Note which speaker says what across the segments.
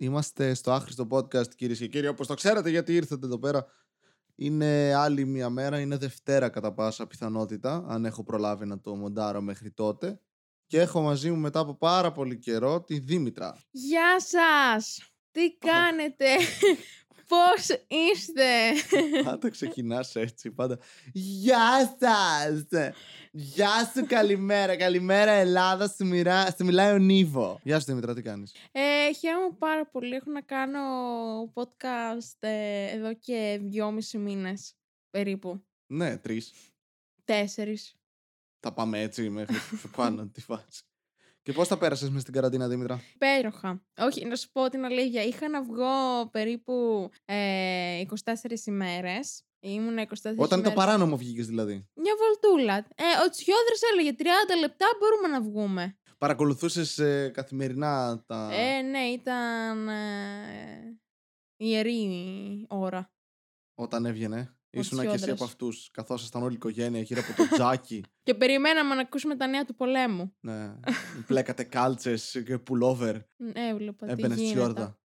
Speaker 1: Είμαστε στο άχρηστο podcast, κυρίες και κύριοι. Όπως το ξέρατε, γιατί ήρθατε εδώ πέρα. Είναι άλλη μία μέρα, είναι Δευτέρα κατά πάσα πιθανότητα, αν έχω προλάβει να το μοντάρω μέχρι τότε. Και έχω μαζί μου μετά από πάρα πολύ καιρό τη Δήμητρα.
Speaker 2: Γεια σας! Τι κάνετε! Πώς είστε!
Speaker 1: Πάντα ξεκινάς έτσι, πάντα. Γεια σας! Γεια σου, καλημέρα. Καλημέρα, Ελλάδα. Στη, μοιρά... στη μιλάει ο Νίβο. Γεια σου, Δημητρά, τι κάνεις.
Speaker 2: Ε, χαίρομαι πάρα πολύ. Έχω να κάνω podcast ε, εδώ και δυόμιση μήνες περίπου.
Speaker 1: Ναι, τρεις.
Speaker 2: Τέσσερις.
Speaker 1: Τα πάμε έτσι μέχρι πάνω τη φάση. Και πώς τα πέρασες μες στην καραντίνα, Δήμητρα.
Speaker 2: Υπέροχα. Όχι, να σου πω την αλήθεια. Είχα να βγω περίπου ε, 24 ημέρες. Ήμουνα 24
Speaker 1: Όταν το
Speaker 2: ημέρες.
Speaker 1: παράνομο βγήκες, δηλαδή.
Speaker 2: Μια βολτούλα. Ε, ο Τσιόδρας έλεγε 30 λεπτά μπορούμε να βγούμε.
Speaker 1: Παρακολουθούσες ε, καθημερινά τα.
Speaker 2: Ε, ναι, ήταν ε, ιερή ώρα.
Speaker 1: Όταν έβγαινε. Ήσουνα και εσύ
Speaker 2: Τσιόντρας.
Speaker 1: από αυτούς. Καθόσασταν όλη η οικογένεια γύρω από το τζάκι.
Speaker 2: Και περιμέναμε να ακούσουμε τα νέα του πολέμου.
Speaker 1: ναι. Πλέκατε κάλτσες και πουλόβερ.
Speaker 2: Ναι, Έβλεπα τι
Speaker 1: Έμπαινες στη
Speaker 2: γίνεται.
Speaker 1: Τσιόρδα.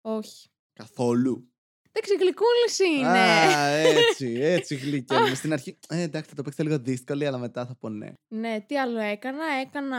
Speaker 2: Όχι.
Speaker 1: Καθόλου.
Speaker 2: Εντάξει, γλυκούλης είναι.
Speaker 1: Α, έτσι, έτσι γλυκένουμε. Στην αρχή, ε, εντάξει, θα το παίξετε λίγο δύσκολη, αλλά μετά θα πω ναι.
Speaker 2: ναι, τι άλλο έκανα. Έκανα...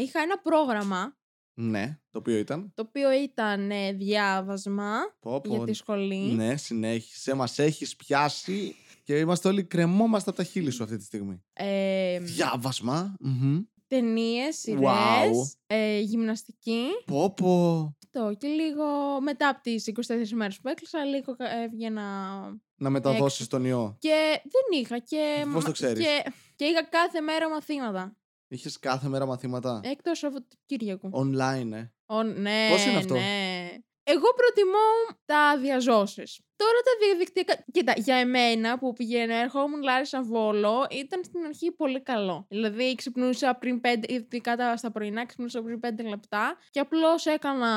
Speaker 2: Είχα ένα πρόγραμμα,
Speaker 1: Ναι, το οποίο ήταν.
Speaker 2: το οποίο ήταν ε, διάβασμα
Speaker 1: Πω, πω,
Speaker 2: για τη σχολή.
Speaker 1: Ναι, συνέχισε. Μας έχεις πιάσει και είμαστε όλοι κρεμόμαστε από τα χείλη σου αυτή τη στιγμή.
Speaker 2: Ε,
Speaker 1: Διάβασμα. μμμ.
Speaker 2: ταινίες, σειρές,
Speaker 1: Wow.
Speaker 2: ε, γυμναστική.
Speaker 1: Πω, πω.
Speaker 2: Αυτό. Και λίγο μετά από τις 24 μέρες που έκλεισα, λίγο ε, έβγαινα
Speaker 1: Να μεταδώσεις τον ιό.
Speaker 2: Και δεν είχα. Και...
Speaker 1: Πώς το
Speaker 2: μα-
Speaker 1: ξέρεις?
Speaker 2: Και... και είχα κάθε μέρα μαθήματα.
Speaker 1: Είχες κάθε μέρα μαθήματα.
Speaker 2: Εκτό από το Κύριακο.
Speaker 1: Online, ε.
Speaker 2: Ω, ναι,
Speaker 1: Πώς είναι αυτό?
Speaker 2: Ναι. Εγώ προτιμώ τα διαζώσεις. Τώρα τα διαδικτυακά. Κοίτα, για εμένα που πηγαίνω, ερχόμουν Λάρισα Βόλο, ήταν στην αρχή πολύ καλό. Δηλαδή, ξυπνούσα πριν 5, ειδικά τα- στα πρωινά, ξυπνούσα πριν 5 λεπτά και απλώς έκανα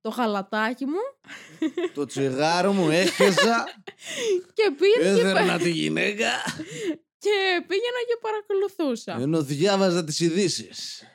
Speaker 2: το χαλατάκι μου
Speaker 1: το τσιγάρο μου έχεσα. Ε,
Speaker 2: και πήγαινα και, πα-
Speaker 1: Έδερνα τη γυναίκα.
Speaker 2: και, πήγαινα και παρακολουθούσα.
Speaker 1: Ενώ διάβαζα τις ειδήσεις.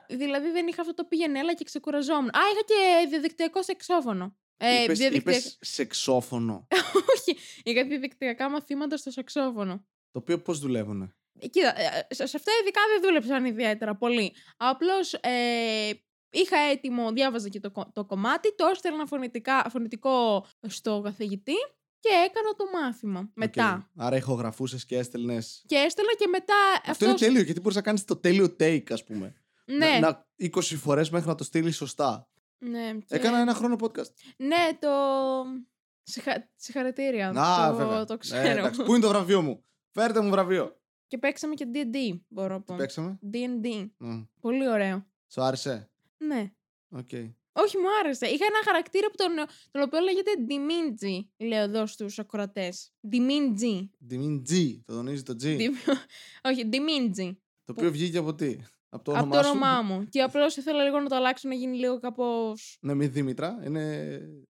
Speaker 2: Δηλαδή δεν είχα αυτό το πήγαινε, έλα και ξεκουραζόμουν. Α, είχα και διαδικτυακό σεξόφωνο. Ε, διαδικτυα-
Speaker 1: Είπε σεξόφωνο.
Speaker 2: Όχι, είχα διαδικτυακά μαθήματα στο σαξόφωνο.
Speaker 1: Το οποίο πώς δουλεύουνε.
Speaker 2: Ε, Κοίτα, ε, σε σε αυτά ειδικά δεν δούλεψαν ιδιαίτερα πολύ. Απλώς ε, είχα έτοιμο, διάβαζα και το, κο- το κομμάτι, το έστελνα φωνητικά, φωνητικό στο καθηγητή και έκανα το μάθημα μετά.
Speaker 1: Οκ. Άρα ηχογραφούσες και έστελνες. Αυτό,
Speaker 2: Και έστελνα και μετά.
Speaker 1: είναι
Speaker 2: αυτός-
Speaker 1: τέλειο, γιατί μπορείς να κάνεις το τέλειο take, ας πούμε.
Speaker 2: Ναι,
Speaker 1: Να, να 20 φορές μέχρι να το στείλεις σωστά.
Speaker 2: ναι, και-
Speaker 1: Έκανα ένα χρόνο podcast.
Speaker 2: Ναι, το. Συγχα... Συγχαρητήρια.
Speaker 1: Α,
Speaker 2: το...
Speaker 1: βέβαια.
Speaker 2: το
Speaker 1: Ναι,
Speaker 2: ξέρω.
Speaker 1: εντάξει. Πού είναι το βραβείο μου. Φέρτε μου βραβείο.
Speaker 2: Και παίξαμε και D&D, μπορώ να
Speaker 1: Τι
Speaker 2: πω.
Speaker 1: παίξαμε.
Speaker 2: D&D.
Speaker 1: Μμ.
Speaker 2: Πολύ ωραίο.
Speaker 1: Σου άρεσε.
Speaker 2: Ναι.
Speaker 1: Οκ.
Speaker 2: Όχι, μου άρεσε. Είχα ένα χαρακτήρα που τον, τον οποίο λέγεται Diminji, λέω εδώ στους ακροατές. Diminji.
Speaker 1: Ντιμίν G. Το τονίζει το G.
Speaker 2: Dim- Όχι, Diminji.
Speaker 1: Το οποίο βγήκε από τι. Από το
Speaker 2: Από το
Speaker 1: όνομά σου.
Speaker 2: όνομά μου. Και απλώς ήθελα λίγο να το αλλάξω να γίνει λίγο κάπως...
Speaker 1: Ναι, μη Δήμητρα. Είναι.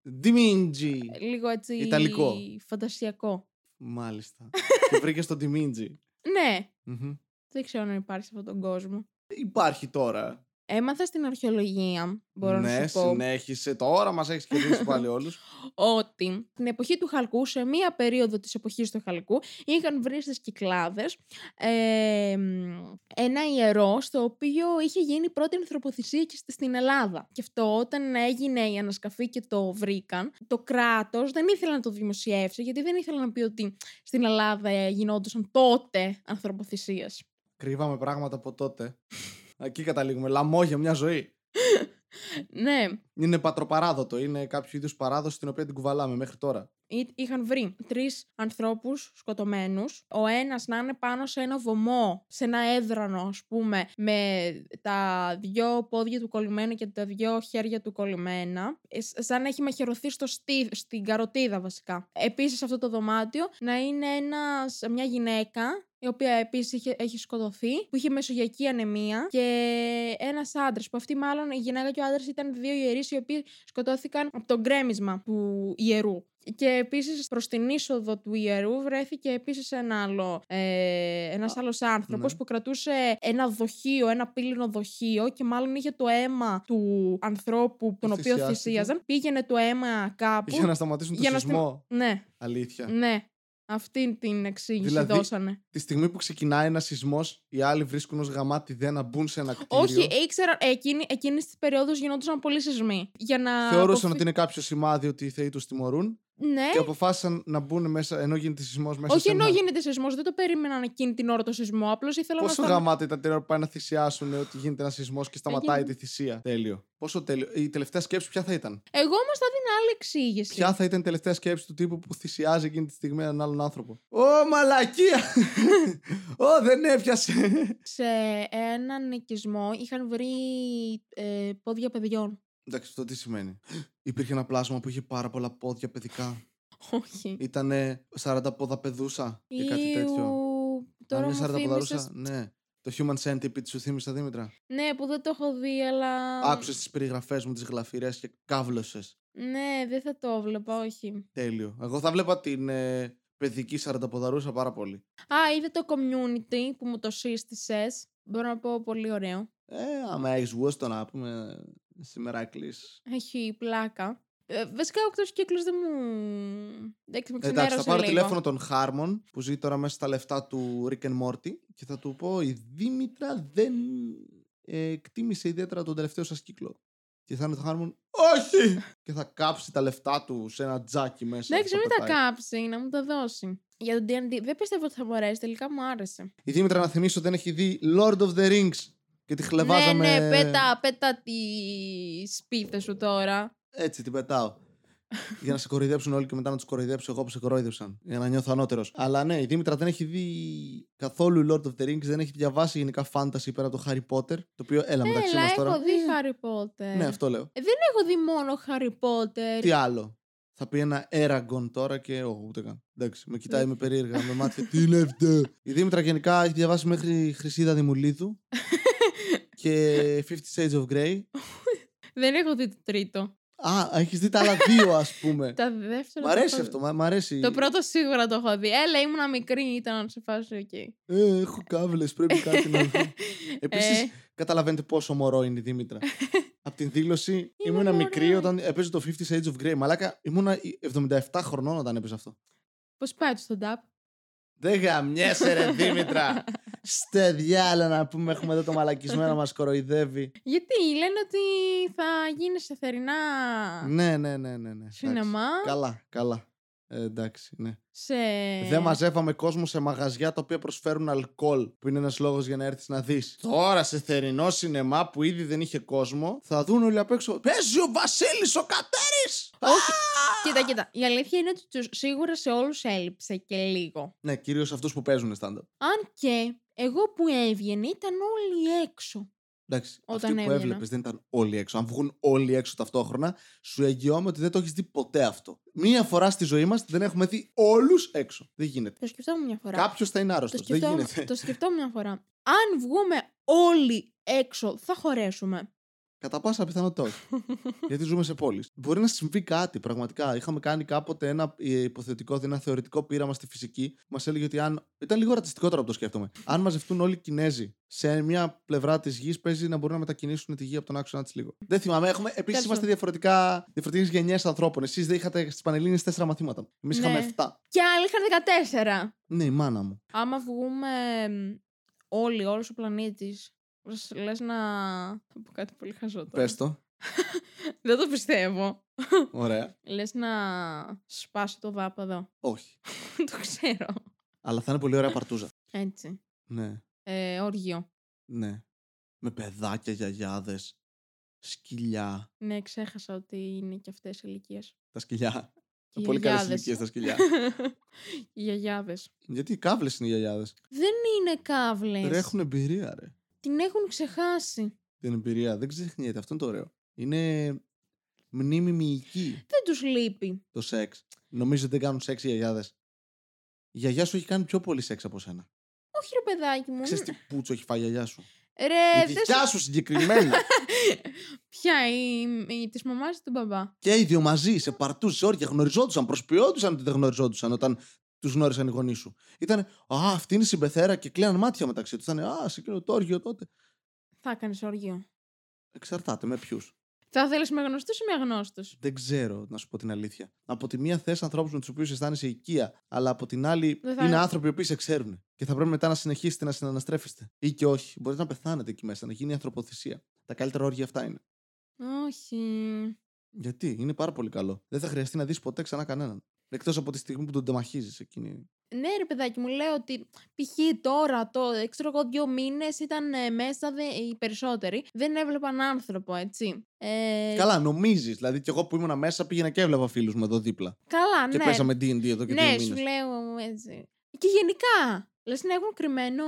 Speaker 1: Ντιμίν
Speaker 2: Ε,
Speaker 1: G.
Speaker 2: Λίγο έτσι...
Speaker 1: Ιταλικό.
Speaker 2: Φαντασιακό.
Speaker 1: Μάλιστα. Και βρήκες το Ντιμίν G.
Speaker 2: Ναι.
Speaker 1: Μμμ.
Speaker 2: Δεν ξέρω αν υπάρχει σε αυτόν τον κόσμο.
Speaker 1: Υπάρχει τώρα.
Speaker 2: Έμαθα στην αρχαιολογία, μπορώ
Speaker 1: ναι,
Speaker 2: να σου πω,
Speaker 1: συνέχισε. Τώρα μας έχεις κερδίσει πάλι όλους.
Speaker 2: ότι την εποχή του Χαλκού, σε μία περίοδο της εποχής του Χαλκού, είχαν βρει στις Κυκλάδες ε, μ, ένα ιερό στο οποίο είχε γίνει η πρώτη ανθρωποθυσία και στη- στην Ελλάδα. Και αυτό όταν έγινε η ανασκαφή και το βρήκαν, το κράτος δεν ήθελε να το δημοσιεύσει γιατί δεν ήθελε να πει ότι στην Ελλάδα ε, γινόντουσαν τότε ανθρωποθυσίες.
Speaker 1: Κρύβαμε πράγματα από τότε. Εκεί καταλήγουμε. Λαμόγια, μια ζωή.
Speaker 2: Ναι,
Speaker 1: Είναι πατροπαράδοτο. Είναι κάποιο είδους παράδοση την οποία την κουβαλάμε μέχρι τώρα.
Speaker 2: Ή- είχαν βρει τρεις ανθρώπους σκοτωμένους, ο ένας να είναι πάνω σε ένα βωμό, σε ένα έδρανο ας πούμε, με τα δυο πόδια του κολλημένα και τα δυο χέρια του κολλημένα, ε, σ- σαν να έχει μαχαιρωθεί στο στή, στην καροτίδα βασικά. Επίσης σε αυτό το δωμάτιο να είναι ένας, μια γυναίκα η οποία επίσης έχει σκοτωθεί, που είχε μεσογειακή ανεμία. Και ένας άντρας, που αυτή μάλλον η γυναίκα και ο άντρας ήταν δύο ιερείς, οι οποίοι σκοτώθηκαν από το γκρέμισμα του ιερού. Και επίσης προς την είσοδο του ιερού βρέθηκε επίσης ένα άλλο ε, ένας άλλος άνθρωπος
Speaker 1: ναι.
Speaker 2: που κρατούσε ένα δοχείο, ένα πύληνο δοχείο και μάλλον είχε το αίμα του ανθρώπου τον οποίο
Speaker 1: Θυσιάστηκε.
Speaker 2: θυσίαζαν. Πήγαινε το αίμα κάπου.
Speaker 1: Για να σταματήσουν το
Speaker 2: Για να
Speaker 1: σεισμό.
Speaker 2: Ναι,
Speaker 1: Αλήθεια.
Speaker 2: ναι. Αυτή την εξήγηση
Speaker 1: Δηλαδή,
Speaker 2: δώσανε.
Speaker 1: Τη στιγμή που ξεκινάει ένας σεισμός, οι άλλοι βρίσκουν ως γαμάτι δεν να μπουν σε ένα κτίριο.
Speaker 2: Όχι, ήξερα. Εκείνη, εκείνης της περίοδος γινόντουσαν πολλοί σεισμοί. Για να
Speaker 1: Θεώρησαν
Speaker 2: αποφυ-
Speaker 1: ότι είναι κάποιο σημάδι ότι οι θεοί τους τιμωρούν
Speaker 2: Ναι,
Speaker 1: και αποφάσισαν να μπουν μέσα ενώ γίνεται σεισμός μέσα
Speaker 2: όχι
Speaker 1: σε
Speaker 2: ενώ
Speaker 1: ένα...
Speaker 2: γίνεται σεισμός, δεν το περίμεναν εκείνη την ώρα το σεισμό. Απλώς ήθελα
Speaker 1: Πόσο
Speaker 2: να. σταμα-
Speaker 1: γαμάτα ήταν την ώρα που πάνε να θυσιάσουν ότι γίνεται ένας σεισμός
Speaker 2: Ε,
Speaker 1: και σταματάει
Speaker 2: Έγινε.
Speaker 1: τη θυσία. Τέλειο. Πόσο τέλειο. Η τελευταία σκέψη ποια θα ήταν.
Speaker 2: Εγώ όμως θα δίνω άλλη εξήγηση.
Speaker 1: Ποια θα ήταν η τελευταία σκέψη του τύπου που θυσιάζει εκείνη τη στιγμή έναν άλλον άνθρωπο. Ω μαλακία! Ω δεν έπιασε!
Speaker 2: Σε έναν οικισμό είχαν βρει ε, πόδια παιδιών.
Speaker 1: Εντάξει, αυτό τι σημαίνει. Υπήρχε ένα πλάσμα που είχε πάρα πολλά πόδια παιδικά.
Speaker 2: Όχι.
Speaker 1: Ήταν 40 πόδα παιδούσα ή κάτι τέτοιο.
Speaker 2: Ιου,
Speaker 1: Αν
Speaker 2: Τώρα
Speaker 1: είναι
Speaker 2: μου
Speaker 1: 40
Speaker 2: θύμισες...
Speaker 1: ποδαρούσα, ναι. Το Human Centipede σου θύμισα, Δήμητρα.
Speaker 2: Ναι, που δεν το έχω δει, αλλά...
Speaker 1: Άκουσες τις περιγραφές μου, τις γλαφυρές και κάβλωσε.
Speaker 2: Ναι, δεν θα το βλέπα, όχι.
Speaker 1: Τέλειο. Εγώ θα βλέπα την ε, παιδική 40 ποδαρούσα πάρα πολύ.
Speaker 2: Α, είδα το community που μου το σύστησες. Μπορώ να πω πολύ ωραίο.
Speaker 1: Ε, άμα έχεις γούστο να πούμε. Σήμερα κλείσει.
Speaker 2: Έχει πλάκα. Ε, βασικά ο εκτός κύκλος δεν μου... Εντάξει, με ξενέρωσε
Speaker 1: Εντάξει, θα πάρω
Speaker 2: λίγο.
Speaker 1: τηλέφωνο τον Χάρμον που ζει τώρα μέσα στα λεφτά του Rick and Morty και θα του πω: Η Δήμητρα δεν ε, εκτίμησε ιδιαίτερα τον τελευταίο σας κύκλο. Και θα είναι το Χάρμον: Όχι! και θα κάψει τα λεφτά του σε ένα τζάκι μέσα.
Speaker 2: Εντάξει,
Speaker 1: θα
Speaker 2: μην τα
Speaker 1: πετάει.
Speaker 2: κάψει, να μου τα δώσει. Για τον D&D, δεν πιστεύω ότι θα μπορέσει, τελικά μου άρεσε.
Speaker 1: Η Δήμητρα να θυμίσω δεν έχει δει Lord of the Rings και τη χλεβάζαμε.
Speaker 2: Ναι, ναι, πέτα, πέτα τη σπίθε σου τώρα.
Speaker 1: Έτσι την πετάω. για να σε κοροϊδέψουν όλοι και μετά να τους κοροϊδέψω εγώ που σε κοροϊδέψαν. Για να νιώθω ανώτερος. Αλλά ναι, η Δήμητρα δεν έχει δει καθόλου Lord of the Rings, δεν έχει διαβάσει γενικά fantasy πέρα από το Harry Potter. Το οποίο έλα μεταξύ
Speaker 2: Έλα,
Speaker 1: μας
Speaker 2: έχω
Speaker 1: τώρα.
Speaker 2: δει
Speaker 1: Ε,
Speaker 2: Harry Potter.
Speaker 1: Ναι, αυτό λέω.
Speaker 2: Ε, Δεν έχω δει μόνο Harry Potter.
Speaker 1: Τι άλλο. Θα πει ένα Eragon τώρα και όχι, ούτε καν. Εντάξει, με κοιτάει με περίεργα, με μάτια. Τι είναι αυτό. Η Δήμητρα γενικά έχει διαβάσει μέχρι Χρυσίδα Δημουλίδου και Fifty Shades of Grey.
Speaker 2: Δεν έχω δει το τρίτο.
Speaker 1: Α, έχεις δει τα άλλα δύο, ας πούμε.
Speaker 2: Τα δεύτερα.
Speaker 1: μ'
Speaker 2: το
Speaker 1: αρέσει
Speaker 2: έχω
Speaker 1: αυτό,
Speaker 2: δει.
Speaker 1: μ' μ' αρέσει.
Speaker 2: Το πρώτο σίγουρα το έχω δει. Έλα, ήμουνα μικρή, ήταν σε φάση εκεί.
Speaker 1: Ε, έχω κάβλες, πρέπει κάτι να δω. Επίσης,
Speaker 2: Ε.
Speaker 1: Καταλαβαίνετε πόσο μωρό είναι η Δήμητρα. Απ' την δήλωση,
Speaker 2: Είναι
Speaker 1: ήμουνα
Speaker 2: μωρό.
Speaker 1: μικρή όταν έπαιζε το 50 Shades of Grey. Μαλάκα, ήμουνα 77 χρονών όταν έπαιζε αυτό.
Speaker 2: Πώς πάει το στον τάπ.
Speaker 1: Δεν γαμιέσαι, ρε Δήμητρα! Στε διάλα να πούμε, έχουμε εδώ το μαλακισμένο μας κοροϊδεύει.
Speaker 2: Γιατί λένε ότι θα γίνει σε θερινά
Speaker 1: ναι, ναι, ναι, ναι. ναι. εντάξει.
Speaker 2: σινεμά.
Speaker 1: Καλά, καλά. Ε, εντάξει, ναι.
Speaker 2: Σε...
Speaker 1: Δεν μαζεύαμε κόσμο σε μαγαζιά τα οποία προσφέρουν αλκοόλ, που είναι ένας λόγος για να έρθεις να δεις. Τώρα σε θερινό σινεμά που ήδη δεν είχε κόσμο, θα δουν όλοι απ' έξω. Παίζει ο Βασίλης ο Κατέρη!
Speaker 2: Όχι. Κοίτα, κοίτα. Η αλήθεια είναι ότι τους- σίγουρα σε όλους έλειψε και λίγο.
Speaker 1: Ναι, κυρίως αυτούς που παίζουν stand-up.
Speaker 2: Αν και εγώ που έβγαινε ήταν όλοι έξω.
Speaker 1: Εντάξει,
Speaker 2: Όταν
Speaker 1: αυτοί που
Speaker 2: έβγαινα.
Speaker 1: έβλεπες δεν ήταν όλοι έξω. Αν βγουν όλοι έξω ταυτόχρονα, σου εγγυώμαι ότι δεν το έχεις δει ποτέ αυτό. Μία φορά στη ζωή μας δεν έχουμε δει όλους έξω. Δεν γίνεται.
Speaker 2: Το σκεφτόμουν μια φορά.
Speaker 1: Κάποιος θα είναι άρρωστος.
Speaker 2: Το
Speaker 1: Δεν
Speaker 2: σκεφτόμουν,
Speaker 1: γίνεται.
Speaker 2: το σκεφτόμουν μια φορά. Αν βγούμε όλοι έξω, θα χωρέσουμε.
Speaker 1: Κατά πάσα πιθανότητα όχι. Γιατί ζούμε σε πόλεις. Μπορεί να συμβεί κάτι πραγματικά. Είχαμε κάνει κάποτε ένα ε, υποθετικό, δηλαδή ένα θεωρητικό πείραμα στη φυσική. Μας έλεγε ότι αν. Ήταν λίγο ρατσιστικότερο από το σκέφτομαι. Αν μαζευτούν όλοι οι Κινέζοι σε μια πλευρά της γης, παίζει να μπορούν να μετακινήσουν τη γη από τον άξονα της λίγο. Δεν θυμάμαι. Έχουμε... Επίσης
Speaker 2: Τέλος
Speaker 1: είμαστε διαφορετικά... διαφορετικές γενιές ανθρώπων. Εσείς δεν είχατε στις Πανελίνε τέσσερα μαθήματα. Εμείς
Speaker 2: Ναι.
Speaker 1: είχαμε 7.
Speaker 2: Και άλλοι είχαν 14.
Speaker 1: Ναι, η μάνα μου.
Speaker 2: Άμα βγούμε μ, όλοι, όλος ο πλανήτης. Λες να. Θα πω κάτι πολύ χαζό τώρα.
Speaker 1: Πες το.
Speaker 2: Δεν το πιστεύω.
Speaker 1: Ωραία.
Speaker 2: Λες να σπάσω το δάπαδο.
Speaker 1: Όχι.
Speaker 2: το ξέρω.
Speaker 1: Αλλά θα είναι πολύ ωραία παρτούζα.
Speaker 2: Έτσι.
Speaker 1: Ναι.
Speaker 2: Ε, όργιο.
Speaker 1: Ναι. Με παιδάκια, γιαγιάδες, σκυλιά.
Speaker 2: Ναι, ξέχασα ότι είναι και αυτές οι ηλικίες.
Speaker 1: Τα σκυλιά. Τα πολύ καλές ηλικίες τα σκυλιά.
Speaker 2: Οι γιαγιάδες.
Speaker 1: Γιατί οι κάβλε είναι οι γιαγιάδες.
Speaker 2: Δεν είναι κάβλε.
Speaker 1: Ρε έχουν εμπειρία, ρε.
Speaker 2: Την έχουν ξεχάσει.
Speaker 1: Την εμπειρία δεν ξεχνιέται. Αυτό είναι το ωραίο. Είναι μνήμη μυϊκή
Speaker 2: Δεν τους λείπει.
Speaker 1: το σεξ. Νομίζω ότι δεν κάνουν σεξ οι γιαγιάδες. Η γιαγιά σου έχει κάνει πιο πολύ σεξ από σένα.
Speaker 2: Όχι, ρε παιδάκι μου.
Speaker 1: Ξέρεις τι πούτσο έχει φάει η γιαγιά σου.
Speaker 2: Ρε,
Speaker 1: η
Speaker 2: δεν
Speaker 1: δικιά σου συγκεκριμένα.
Speaker 2: Ποια, η, η της μαμάς ή του μπαμπά.
Speaker 1: και οι δύο μαζί, σε παρτού, σε όρια, γνωριζόντουσαν, προσποιόντουσαν ότι δεν γνωριζόντουσαν όταν τους γνώρισαν οι γονείς σου. Ήταν, Α, αυτή είναι η συμπεθέρα και κλείναν μάτια μεταξύ τους. Ήταν, Α, σε εκείνο το όργιο τότε.
Speaker 2: Θα έκανε όργιο.
Speaker 1: Εξαρτάται με ποιους.
Speaker 2: Θα θέλεις με γνωστούς ή με αγνώστους.
Speaker 1: Δεν ξέρω, να σου πω την αλήθεια. Από τη μία θες ανθρώπους με τους οποίους αισθάνεσαι οικία, αλλά από την άλλη
Speaker 2: Δεν θα-
Speaker 1: είναι άνθρωποι οι οποίοι σε ξέρουν. Και θα πρέπει μετά να συνεχίσετε να συναναστρέφεστε. Ή και όχι. Μπορείτε να πεθάνετε εκεί μέσα, να γίνει ανθρωποθυσία. Τα καλύτερα όργια αυτά είναι.
Speaker 2: Όχι.
Speaker 1: Γιατί είναι πάρα πολύ καλό. Δεν θα χρειαστεί να δεις ποτέ ξανά κανέναν. Εκτός από τη στιγμή που τον τεμαχίζεις εκείνη.
Speaker 2: Ναι, ρε παιδάκι μου, λέω ότι π.χ. τώρα, το, ε, ξέρω εγώ, δύο μήνες ήταν ε, μέσα δε, οι περισσότεροι. Δεν έβλεπαν άνθρωπο, έτσι. Ε,
Speaker 1: Καλά, νομίζεις. Δηλαδή, κι εγώ που ήμουν μέσα πήγαινα και έβλεπα φίλους μου εδώ δίπλα.
Speaker 2: καλά,
Speaker 1: Και
Speaker 2: ναι.
Speaker 1: παίζαμε DD εδώ και
Speaker 2: ναι,
Speaker 1: δύο
Speaker 2: σου
Speaker 1: μήνες.
Speaker 2: λέω έτσι. Και γενικά, λες να έχουν κρυμμένο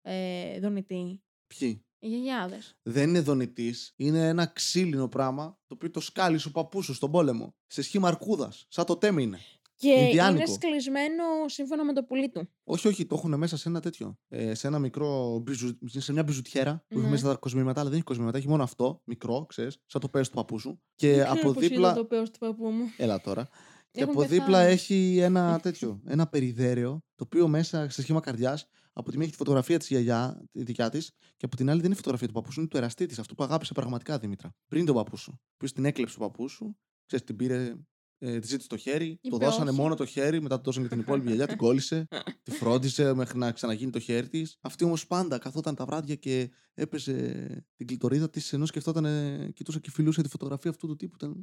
Speaker 2: ε, δονητή.
Speaker 1: Ποιοι.
Speaker 2: Οι γιαγιάδες.
Speaker 1: Δεν είναι δονητής, είναι ένα ξύλινο πράγμα το οποίο το σκάλισε ο παππού σου στον πόλεμο. Σε σχήμα αρκούδας. Σαν το τέμι είναι.
Speaker 2: Και είναι
Speaker 1: Ινδιάνικο.
Speaker 2: σκλεισμένο σύμφωνα με το πουλί του.
Speaker 1: Όχι, όχι, το έχουν μέσα σε ένα τέτοιο. Ε, σε ένα μικρό. μπιζου- σε μια μπιζουτιέρα που έχει
Speaker 2: Ναι.
Speaker 1: μέσα τα κοσμήματα, αλλά δεν έχει κοσμήματα, έχει μόνο αυτό, μικρό, ξέρεις, σαν το παίρνει του παππού σου. Και
Speaker 2: Δεν ξέρω
Speaker 1: από
Speaker 2: πώς είναι
Speaker 1: δίπλα.
Speaker 2: το πέος του παππού μου.
Speaker 1: Έλα τώρα. Και
Speaker 2: Έχουν
Speaker 1: από δίπλα
Speaker 2: πεθάνει.
Speaker 1: έχει ένα τέτοιο, ένα περιδέριο, το οποίο μέσα σε σχήμα καρδιάς, από τη μία έχει τη φωτογραφία της γιαγιά, τη δικιά της, και από την άλλη δεν είναι φωτογραφία του παππού σου, είναι του εραστή της, αυτού που αγάπησε πραγματικά Δήμητρα. Πριν τον παππού σου. Που την έκλεψε ο παππού σου, ξέρεις, την πήρε, ε, της ζήτησε το χέρι,
Speaker 2: Είπε
Speaker 1: το δώσανε
Speaker 2: όχι.
Speaker 1: μόνο το χέρι, μετά του δώσανε και την υπόλοιπη γιαγιά, την κόλλησε, τη φρόντισε μέχρι να ξαναγίνει το χέρι της. Αυτή όμως πάντα καθόταν τα βράδια και έπαιζε την κλειτορίδα της, ενώ σκεφτόταν, ε, κοιτούσε και φιλούσε τη φωτογραφία αυτού του τύπου. Ήταν,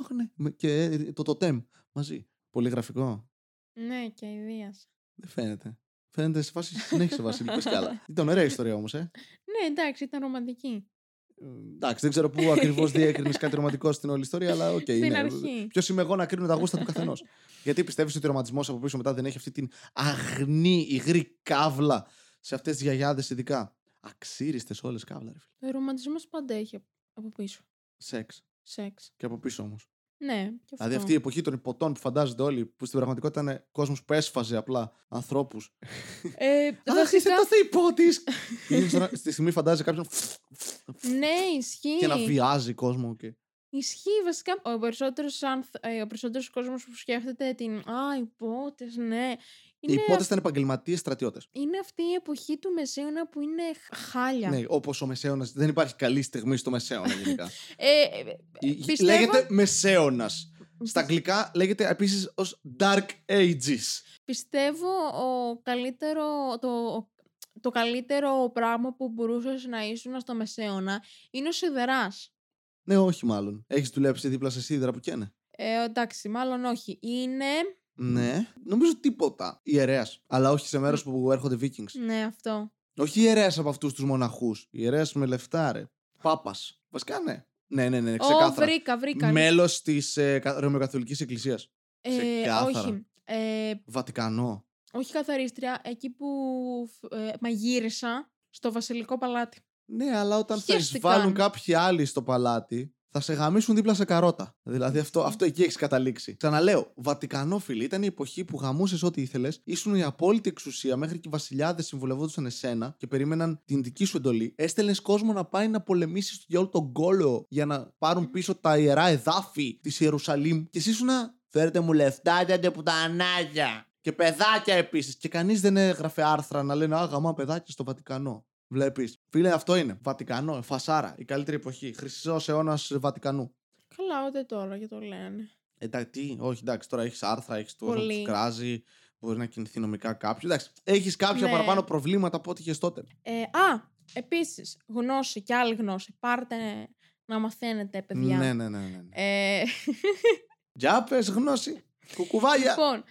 Speaker 1: Αχ, ναι. Με- Και ε, το τοτέμ μαζί. Πολύ γραφικό.
Speaker 2: Ναι, και ιδία.
Speaker 1: Δεν φαίνεται. Φαίνεται σε φάση συνέχισε Βασίλη, πες κι άλλα. Ήταν ωραία ιστορία όμως, ε. ε.
Speaker 2: Ναι, εντάξει, ήταν ρομαντική.
Speaker 1: Εντάξει, δεν ξέρω πού ακριβώς διέκρινες κάτι ρομαντικό στην όλη ιστορία, αλλά οκ.
Speaker 2: Στην
Speaker 1: ναι.
Speaker 2: αρχή.
Speaker 1: Ποιος είμαι εγώ να κρίνω τα γούστα του καθενός. Γιατί πιστεύεις ότι ο ρομαντισμός από πίσω μετά δεν έχει αυτή την αγνή, υγρή καύλα σε αυτές τις γιαγιάδες ειδικά. Αξίριστες όλες καύλα, ρε φίλε.
Speaker 2: Ο ρομαντισμός πάντα έχει απ- από πίσω.
Speaker 1: Σεξ.
Speaker 2: Σεξ.
Speaker 1: Και από πίσω όμως.
Speaker 2: Ναι, και αυτό.
Speaker 1: Δηλαδή αυτή η εποχή των υποτών που φαντάζονται όλοι, που στην πραγματικότητα ήταν κόσμος που έσφαζε απλά ανθρώπους
Speaker 2: Ε,
Speaker 1: Αχ, είσαι
Speaker 2: βασικά-
Speaker 1: το θεϊπό τη! Στη στιγμή φαντάζει κάποιον. φφ, φφ, φφ,
Speaker 2: Ναι, ισχύει.
Speaker 1: Και να βιάζει κόσμο. Και...
Speaker 2: Ισχύει βασικά. Ο περισσότερος ε, ο περισσότερος κόσμος που σκέφτεται την. Α, οι πότες, ναι.
Speaker 1: Οι
Speaker 2: Είναι,
Speaker 1: υπότε ήταν επαγγελματίες στρατιώτες.
Speaker 2: είναι αυτή η εποχή του Μεσαίωνα που είναι χ- χάλια.
Speaker 1: Ναι, όπως ο Μεσαίωνας. Δεν υπάρχει καλή στιγμή στο Μεσαίωνα γενικά.
Speaker 2: Ε, ε,
Speaker 1: Η-
Speaker 2: Πιστεύω-
Speaker 1: Λέγεται Μεσαίωνας. Στα αγγλικά λέγεται επίσης ως Dark Ages.
Speaker 2: Πιστεύω ο καλύτερο, το, το καλύτερο πράγμα που μπορούσες να ήσουν στο Μεσαίωνα είναι ο σιδεράς.
Speaker 1: Ναι, όχι μάλλον. Έχεις δουλέψει δίπλα σε σίδερα που καίνε.
Speaker 2: Ε, εντάξει, μάλλον όχι. Είναι...
Speaker 1: Ναι, νομίζω τίποτα. Ιερέας. Αλλά όχι σε μέρος που έρχονται Vikings.
Speaker 2: Ναι, αυτό.
Speaker 1: Όχι ιερέας από αυτούς τους μοναχούς. Ιερέας με λεφτά, ρε. Πάπας. Βασικά ναι. Ναι, ναι, ναι, ναι,
Speaker 2: Ω,
Speaker 1: ξεκάθαρα.
Speaker 2: βρήκα, βρήκα. ναι.
Speaker 1: Μέλος της ε, κα- Ρωμαιοκαθολικής Εκκλησίας.
Speaker 2: ε,
Speaker 1: ξεκάθαρα.
Speaker 2: όχι. Ε,
Speaker 1: Βατικανό.
Speaker 2: όχι καθαρίστρια, εκεί που φ- ε, μαγείρισα στο βασιλικό παλάτι.
Speaker 1: Ναι, αλλά όταν θα
Speaker 2: Χες τι
Speaker 1: εισβάλλουν
Speaker 2: κάνουν.
Speaker 1: κάποιοι άλλοι στο παλάτι, θα σε γαμίσουν δίπλα σε καρότα. Δηλαδή αυτό, αυτό εκεί έχεις καταλήξει. Ξαναλέω, Βατικανό φίλοι, ήταν η εποχή που γαμούσες ό,τι ήθελες, ήσουν η απόλυτη εξουσία, μέχρι και οι βασιλιάδες συμβουλευόντουσαν εσένα και περίμεναν την δική σου εντολή. Έστελνες κόσμο να πάει να πολεμήσεις στο όλο τον κόλεο για να πάρουν πίσω τα ιερά εδάφη της Ιερουσαλήμ. Και εσύ ήσουνα, φέρετε μου λεφτάκια και πουτανάκια. Και παιδάκια επίσης. Και κανείς δεν έγραφε άρθρα να λένε Αγαμά παιδάκια στο Βατικανό. Βλέπεις. Φίλε, αυτό είναι. Βατικανό, φασάρα. Η καλύτερη εποχή. Χρυσός αιώνας Βατικανού.
Speaker 2: Καλά, ούτε τώρα και το λένε.
Speaker 1: Εντάξει, τι, όχι, εντάξει, τώρα έχεις άρθρα, έχεις το
Speaker 2: Πολύ.
Speaker 1: που κράζει. Μπορεί να κινηθεί νομικά κάποιος. Εντάξει, έχεις κάποια
Speaker 2: Ναι.
Speaker 1: παραπάνω προβλήματα από ό,τι είχες τότε.
Speaker 2: Ε, α, επίσης, γνώση και άλλη γνώση. Πάρτε να μαθαίνετε, παιδιά.
Speaker 1: Ναι, ναι, ναι. ναι. ναι.
Speaker 2: Ε,
Speaker 1: Τζάπε, γνώση. Κουκουβάγια.
Speaker 2: Λοιπόν,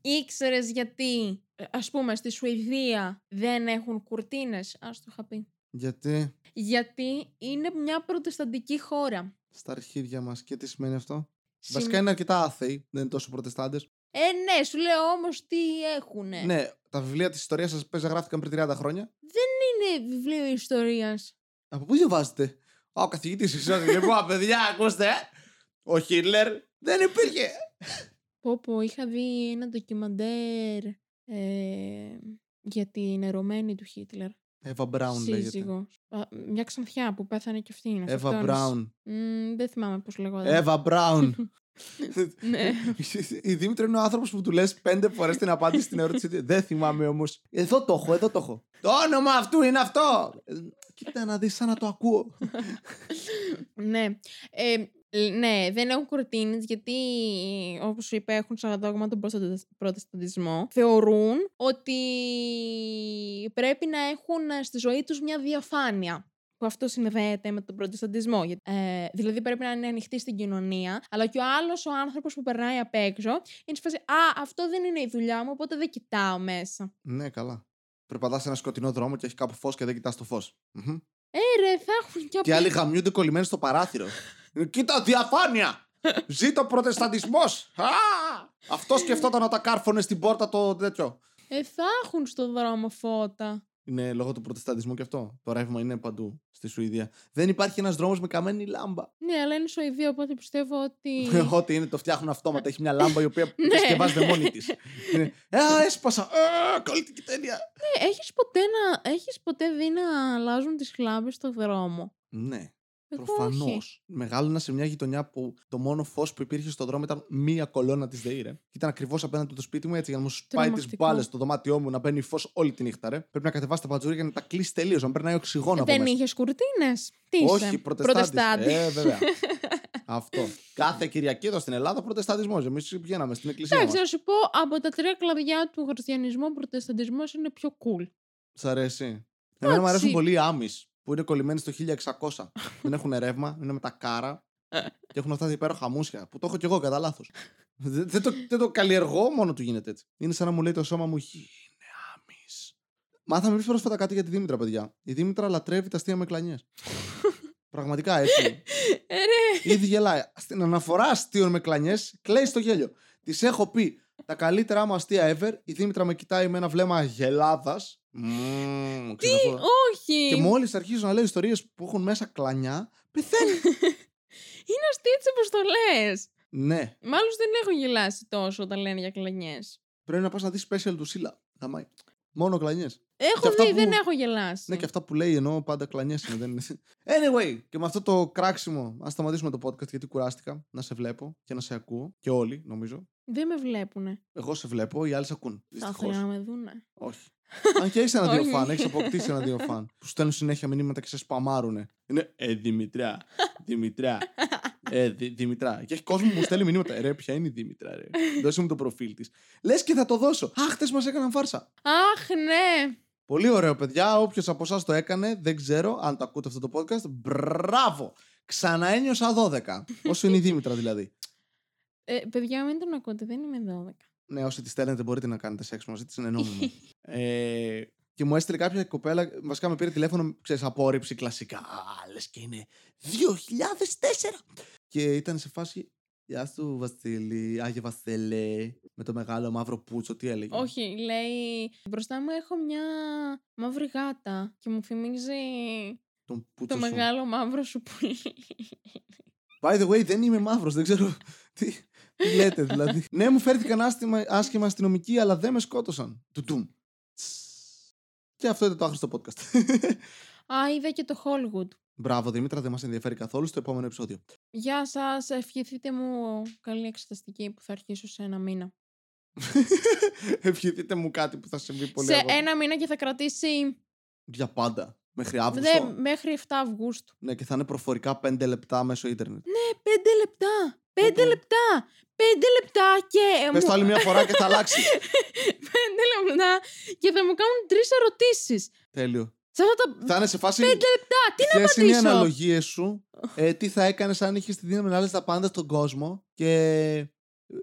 Speaker 2: ήξερες γιατί, ας πούμε, στη Σουηδία δεν έχουν κουρτίνες. Ας το είχα πει.
Speaker 1: Γιατί
Speaker 2: Γιατί είναι μια προτεσταντική χώρα.
Speaker 1: στα αρχίδια μας και τι σημαίνει αυτό.
Speaker 2: Συμ-
Speaker 1: Βασικά είναι αρκετά άθεοι, δεν είναι τόσο προτεστάντε.
Speaker 2: Ε, ναι, σου λέω όμως τι έχουν.
Speaker 1: Ναι, τα βιβλία της ιστορίας σας παίζα γράφτηκαν πριν 30 χρόνια.
Speaker 2: Είναι βιβλίο ιστορίας.
Speaker 1: Από πού διαβάζετε. Α, ο καθηγητής σας. λοιπόν, παιδιά, ακούστε. ε. Ο Χίτλερ δεν υπήρχε.
Speaker 2: Πω, πω, είχα δει ένα ντοκιμαντέρ. Ε, για την ερωμένη του Χίτλερ.
Speaker 1: Εύα Μπράουν λέγεται.
Speaker 2: Σύζυγο. Μια ξανθιά που πέθανε και αυτή είναι.
Speaker 1: Εύα
Speaker 2: αυτός.
Speaker 1: Μπράουν.
Speaker 2: Μμμ, δεν θυμάμαι πώς λεγόταν.
Speaker 1: Εύα Μπράουν.
Speaker 2: Ναι.
Speaker 1: Η Δήμητρα είναι ο άνθρωπος που του λες πέντε φορές την απάντηση στην ερώτησή του. Δεν θυμάμαι όμως. Εδώ το έχω, εδώ το έχω. Το όνομα αυτού είναι αυτό. Ε, Κοίτα να δεις σαν να το ακούω.
Speaker 2: ναι. Ε, λ- ναι, δεν έχουν κουρτίνες γιατί, όπως σου είπα, έχουν σαν δόγμα τον προστατες- προτεσταντισμό. Θεωρούν ότι πρέπει να έχουν ε, στη ζωή τους μια διαφάνεια. Που αυτό συνδέεται με τον προτεσταντισμό. Γιατί, Ε, δηλαδή πρέπει να είναι ανοιχτή στην κοινωνία, αλλά και ο άλλος ο άνθρωπος που περνάει απ' έξω είναι σε φάση, Α, αυτό δεν είναι η δουλειά μου, οπότε δεν κοιτάω μέσα.
Speaker 1: Ναι, καλά. Περπατάς σε ένα σκοτεινό δρόμο και έχει κάπου φως και δεν κοιτάς το φως.
Speaker 2: Ε, ρε, θα έχουν και απ'
Speaker 1: Και άλλοι γαμιούνται κολλημένοι στο παράθυρο. Ε, Κοίτα, διαφάνεια! Ζήτω προτεσταντισμός! Αυτό σκεφτόταν να τα κάρφωνε στην πόρτα το τέτοιο.
Speaker 2: Ε, θα έχουν στον δρόμο φώτα.
Speaker 1: Είναι λόγω του προτεσταντισμού και αυτό. Το ρεύμα είναι παντού στη Σουηδία. Δεν υπάρχει ένας δρόμος με καμένη λάμπα.
Speaker 2: Ναι, αλλά είναι Σοηδία, οπότε πιστεύω ότι.
Speaker 1: Ό,τι είναι το φτιάχνουν αυτόματα. Έχει μια λάμπα η οποία
Speaker 2: Ναι.
Speaker 1: διασκευάζεται μόνη της. Α, έσπασα. Α, κολλητική τέλεια.
Speaker 2: Ε, έχεις, ποτέ να... έχεις ποτέ δει να αλλάζουν τις κλάμπες στο δρόμο.
Speaker 1: Ναι,
Speaker 2: Εγώ
Speaker 1: προφανώς.
Speaker 2: όχι.
Speaker 1: Μεγάλωνα σε μια γειτονιά που το μόνο φως που υπήρχε στον δρόμο ήταν μία κολόνα της ΔΕΗ. Ρε. Και Ήταν ακριβώς απέναντι το σπίτι μου έτσι για να μου σπάει τις
Speaker 2: Τρομακτικό.
Speaker 1: μπάλες στο δωμάτιό μου να μπαίνει φως όλη τη νύχτα. Ρε. Πρέπει να κατεβάσει τα πατζούρια για να τα κλείσει τελείως, να περνάει οξυγόνο από
Speaker 2: Ε, Δεν
Speaker 1: μέσα.
Speaker 2: είχες κουρτίνες. Τι είσαι.
Speaker 1: Όχι, προτεστάντη.
Speaker 2: Προτεστάντη.
Speaker 1: Ε, βέβαια. Αυτό. Κάθε Κυριακή εδώ στην Ελλάδα προτεσταντισμό. Εμείς πηγαίναμε στην εκκλησία.
Speaker 2: Εντάξει,
Speaker 1: Μας.
Speaker 2: να σου πω από τα τρία κλαδιά του χριστιανισμού, ο προτεσταντισμό είναι πιο cool.
Speaker 1: Σ' αρέσει. Εμένα μου αρέσουν
Speaker 2: Εντάξει.
Speaker 1: πολύ οι άμυ που είναι κολλημένοι στο 1600. δεν έχουν ρεύμα, είναι με τα κάρα και έχουν αυτά τα υπέροχα μουσια που το έχω κι εγώ κατά λάθος. δεν, δεν το, δεν το καλλιεργώ, μόνο του γίνεται έτσι. Είναι σαν να μου λέει το σώμα μου, «Γι, είναι άμυς. Μάθαμε εμείς πρόσφατα κάτι για τη Δήμητρα, παιδιά. Η Δήμητρα λατρεύει τα αστεία με κλανιές. Πραγματικά έτσι.
Speaker 2: Ε, ρε.
Speaker 1: Ήδη γελάει. Στην αναφορά αστείων με κλανιές, κλαίει στο γέλιο. Της έχω πει τα καλύτερά μου αστεία ever. Η Δήμητρα με κοιτάει με ένα βλέμμα γελάδας. Τι,
Speaker 2: Όχι.
Speaker 1: και μόλις αρχίζω να λέω ιστορίες που έχουν μέσα κλανιά, πεθαίνει.
Speaker 2: Είναι αστείο έτσι όπω το λες.
Speaker 1: ναι,
Speaker 2: Μάλλον δεν έχω γελάσει τόσο όταν λένε για κλανιές.
Speaker 1: πρέπει να πας να δεις special του Σίλα. Γαμάει. Μόνο κλανιές. Και
Speaker 2: Έχω
Speaker 1: αυτά
Speaker 2: δει,
Speaker 1: που-
Speaker 2: δεν έχω γελάσει.
Speaker 1: Ναι, και αυτά που λέει εννοώ πάντα κλανιές είναι. Δεν... είναι- Anyway, και με αυτό το κράξιμο, ας σταματήσουμε το podcast γιατί κουράστηκα να σε βλέπω και να σε ακούω. Και όλοι, νομίζω.
Speaker 2: Δεν με βλέπουνε.
Speaker 1: Εγώ σε βλέπω, οι άλλοι σε ακούν.
Speaker 2: Θα
Speaker 1: Δυστυχώς.
Speaker 2: ήθελα να με δούνε.
Speaker 1: Όχι. Αν και έχεις ένα-δύο
Speaker 2: Όχι.
Speaker 1: φαν, έχεις αποκτήσει ένα-δύο φαν που στέλνουν συνέχεια μηνύματα και σε σπαμάρουνε. Είναι Ε, Δημητρά. Δημητρά. Ε, Δη- Δημητρά. Και έχει κόσμο που μου στέλνει μηνύματα. Ρε, ποια είναι η Δημητρά, ρε. Δώσε μου το προφίλ της. Λες και θα το δώσω. Α, χτε μας έκαναν φάρσα.
Speaker 2: Αχ, ναι.
Speaker 1: Πολύ ωραίο, παιδιά. Όποιος από εσάς το έκανε, δεν ξέρω αν το ακούτε αυτό το podcast. Μπράβο! Ξαναένιωσα 12. Όσο είναι η Δήμητρα δηλαδή.
Speaker 2: Ε, παιδιά, μην τον ακούτε, δεν είμαι 12.
Speaker 1: Ναι, όσοι τη στέλνετε μπορείτε να κάνετε σεξ μαζί της, είναι νόμιμο. Ε, και μου έστειλε κάποια κοπέλα, βασικά με πήρε τηλέφωνο, ξέρεις, απόρριψη κλασικά. Λες και είναι 2004. Και ήταν σε φάση. Γεια σου, Βασίλη, Άγιε Βασίλη, με το μεγάλο μαύρο πουτσο, τι έλεγε.
Speaker 2: Όχι, λέει. Μπροστά μου έχω μια μαύρη γάτα και μου θυμίζει
Speaker 1: Τον πουτσο
Speaker 2: το
Speaker 1: σου.
Speaker 2: μεγάλο μαύρο σου πουλί.
Speaker 1: By the way, δεν είμαι μαύρος, δεν ξέρω τι, τι λέτε δηλαδή. ναι, μου φέρθηκαν άσχημα, άσχημα αστυνομικοί, αλλά δεν με σκότωσαν. Τουτούμ. Και αυτό ήταν το άχρηστο podcast.
Speaker 2: Α, είδα και το Hollywood.
Speaker 1: Μπράβο, Δημήτρα, δεν μας ενδιαφέρει καθόλου στο επόμενο επεισόδιο.
Speaker 2: Γεια σας, ευχηθείτε μου καλή εξεταστική που θα αρχίσω σε ένα μήνα.
Speaker 1: Ευχηθείτε μου κάτι που θα συμβεί πολύ
Speaker 2: σε
Speaker 1: αργότερα.
Speaker 2: ένα μήνα και θα κρατήσει
Speaker 1: Για πάντα. Μέχρι Αύγουστο.
Speaker 2: δε, μέχρι 7 Αυγούστου.
Speaker 1: Ναι, και θα είναι προφορικά 5 λεπτά μέσω ίντερνετ.
Speaker 2: Ε, 5 λεπτά! 5
Speaker 1: Ωπα.
Speaker 2: λεπτά! 5 λεπτά και.
Speaker 1: Πες το άλλη μια φορά και θα αλλάξει.
Speaker 2: 5 λεπτά και θα μου κάνουν τρεις ερωτήσεις.
Speaker 1: Τέλειο.
Speaker 2: Σε αυτά τα.
Speaker 1: Θα είναι σε φάση.
Speaker 2: 5 λεπτά! Τι να
Speaker 1: Ποιες είναι οι
Speaker 2: απαντήσω!
Speaker 1: αναλογίες σου, ε, τι θα έκανες αν είχες τη δύναμη να άλλαζε τα πάντα στον κόσμο και ε,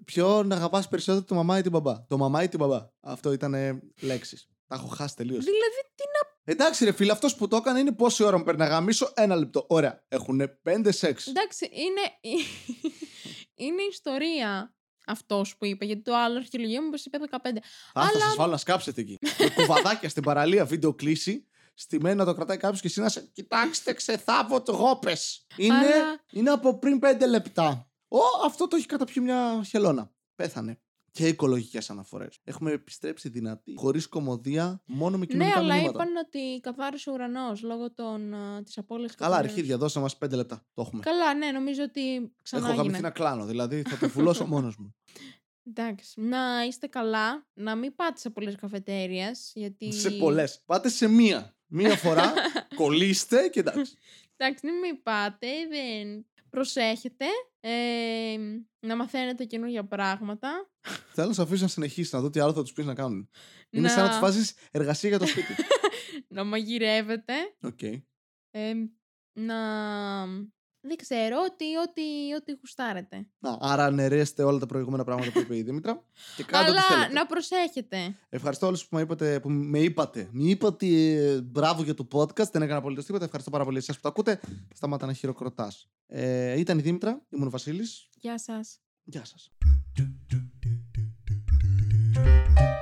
Speaker 1: ποιον αγαπάς περισσότερο, το μαμά ή την μπαμπά. Το μαμά ή την μπαμπά. Αυτό ήταν λέξεις. Τα έχω χάσει τελείως.
Speaker 2: Δηλαδή, τι
Speaker 1: Εντάξει, ρε φίλε, αυτός που το έκανε είναι πόση ώρα μου παίρνει να γαμίσω. Ένα λεπτό. Ωραία. Έχουν πέντε σεξ.
Speaker 2: Εντάξει, είναι, είναι ιστορία αυτός που είπε, γιατί το άλλο αρχαιολογία μου είπε 15.
Speaker 1: Α, θα
Speaker 2: Αλλά-
Speaker 1: σας βάλω να σκάψετε εκεί. Με κουβαδάκια στην παραλία, βίντεο κλίση. Στη μένα το κρατάει κάποιος και εσύ να σε. Κοιτάξτε, ξεθάβω το γόπες. Είναι,
Speaker 2: Αλλά-
Speaker 1: είναι από πριν πέντε λεπτά. Ω, αυτό το έχει καταπιεί μια χελώνα. Πέθανε. και οικολογικές αναφορές. Έχουμε επιστρέψει δυνατή, χωρίς κομμωδία, μόνο με
Speaker 2: Ναι,
Speaker 1: κοινωνικά
Speaker 2: αλλά
Speaker 1: μηνύματα.
Speaker 2: είπαν ότι καθάρισε ο ουρανός λόγω των, α, της απώλειας του
Speaker 1: Καλά,
Speaker 2: χειμώνα.
Speaker 1: αρχίδια, δώσε μας πέντε λεπτά. Το έχουμε.
Speaker 2: Καλά, ναι, νομίζω ότι ξανά
Speaker 1: Έχω γαμηθεί
Speaker 2: έγινε.
Speaker 1: να κλάνω, δηλαδή θα το φουλώσω μόνος μου.
Speaker 2: Εντάξει, να είστε καλά, να μην πάτε σε πολλές καφετέριες, γιατί...
Speaker 1: Σε πολλές. Πάτε σε μία. Μία φορά, κολλήστε και εντάξει.
Speaker 2: Εντάξει, μην πάτε, δεν... Προσέχετε, ε, να μαθαίνετε καινούργια πράγματα.
Speaker 1: Θέλω να σε αφήσω να συνεχίσει, να δω τι άλλο θα τους πεις να κάνουν. Είναι σαν να τους βάζεις εργασία για το σπίτι.
Speaker 2: να μαγειρεύετε.
Speaker 1: Οκ.
Speaker 2: ε, να... Δεν ξέρω, ότι, ότι, ότι γουστάρετε.
Speaker 1: Να, άρα αναιρέστε όλα τα προηγούμενα πράγματα που είπε η Δήμητρα και κάντε ό,τι
Speaker 2: Αλλά
Speaker 1: θέλετε.
Speaker 2: να προσέχετε.
Speaker 1: Ευχαριστώ όλους που, με είπατε- που με είπατε. Με είπατε ε, μπράβο για το podcast. Δεν έκανα απολύτως τίποτα. Ευχαριστώ πάρα πολύ εσάς που το ακούτε. Σταμάτα να χειροκροτάς. Ε, ήταν η Δήμητρα, ήμουν ο Βασίλης.
Speaker 2: Γεια σας.
Speaker 1: Γεια σας.
Speaker 3: do do do do do do do do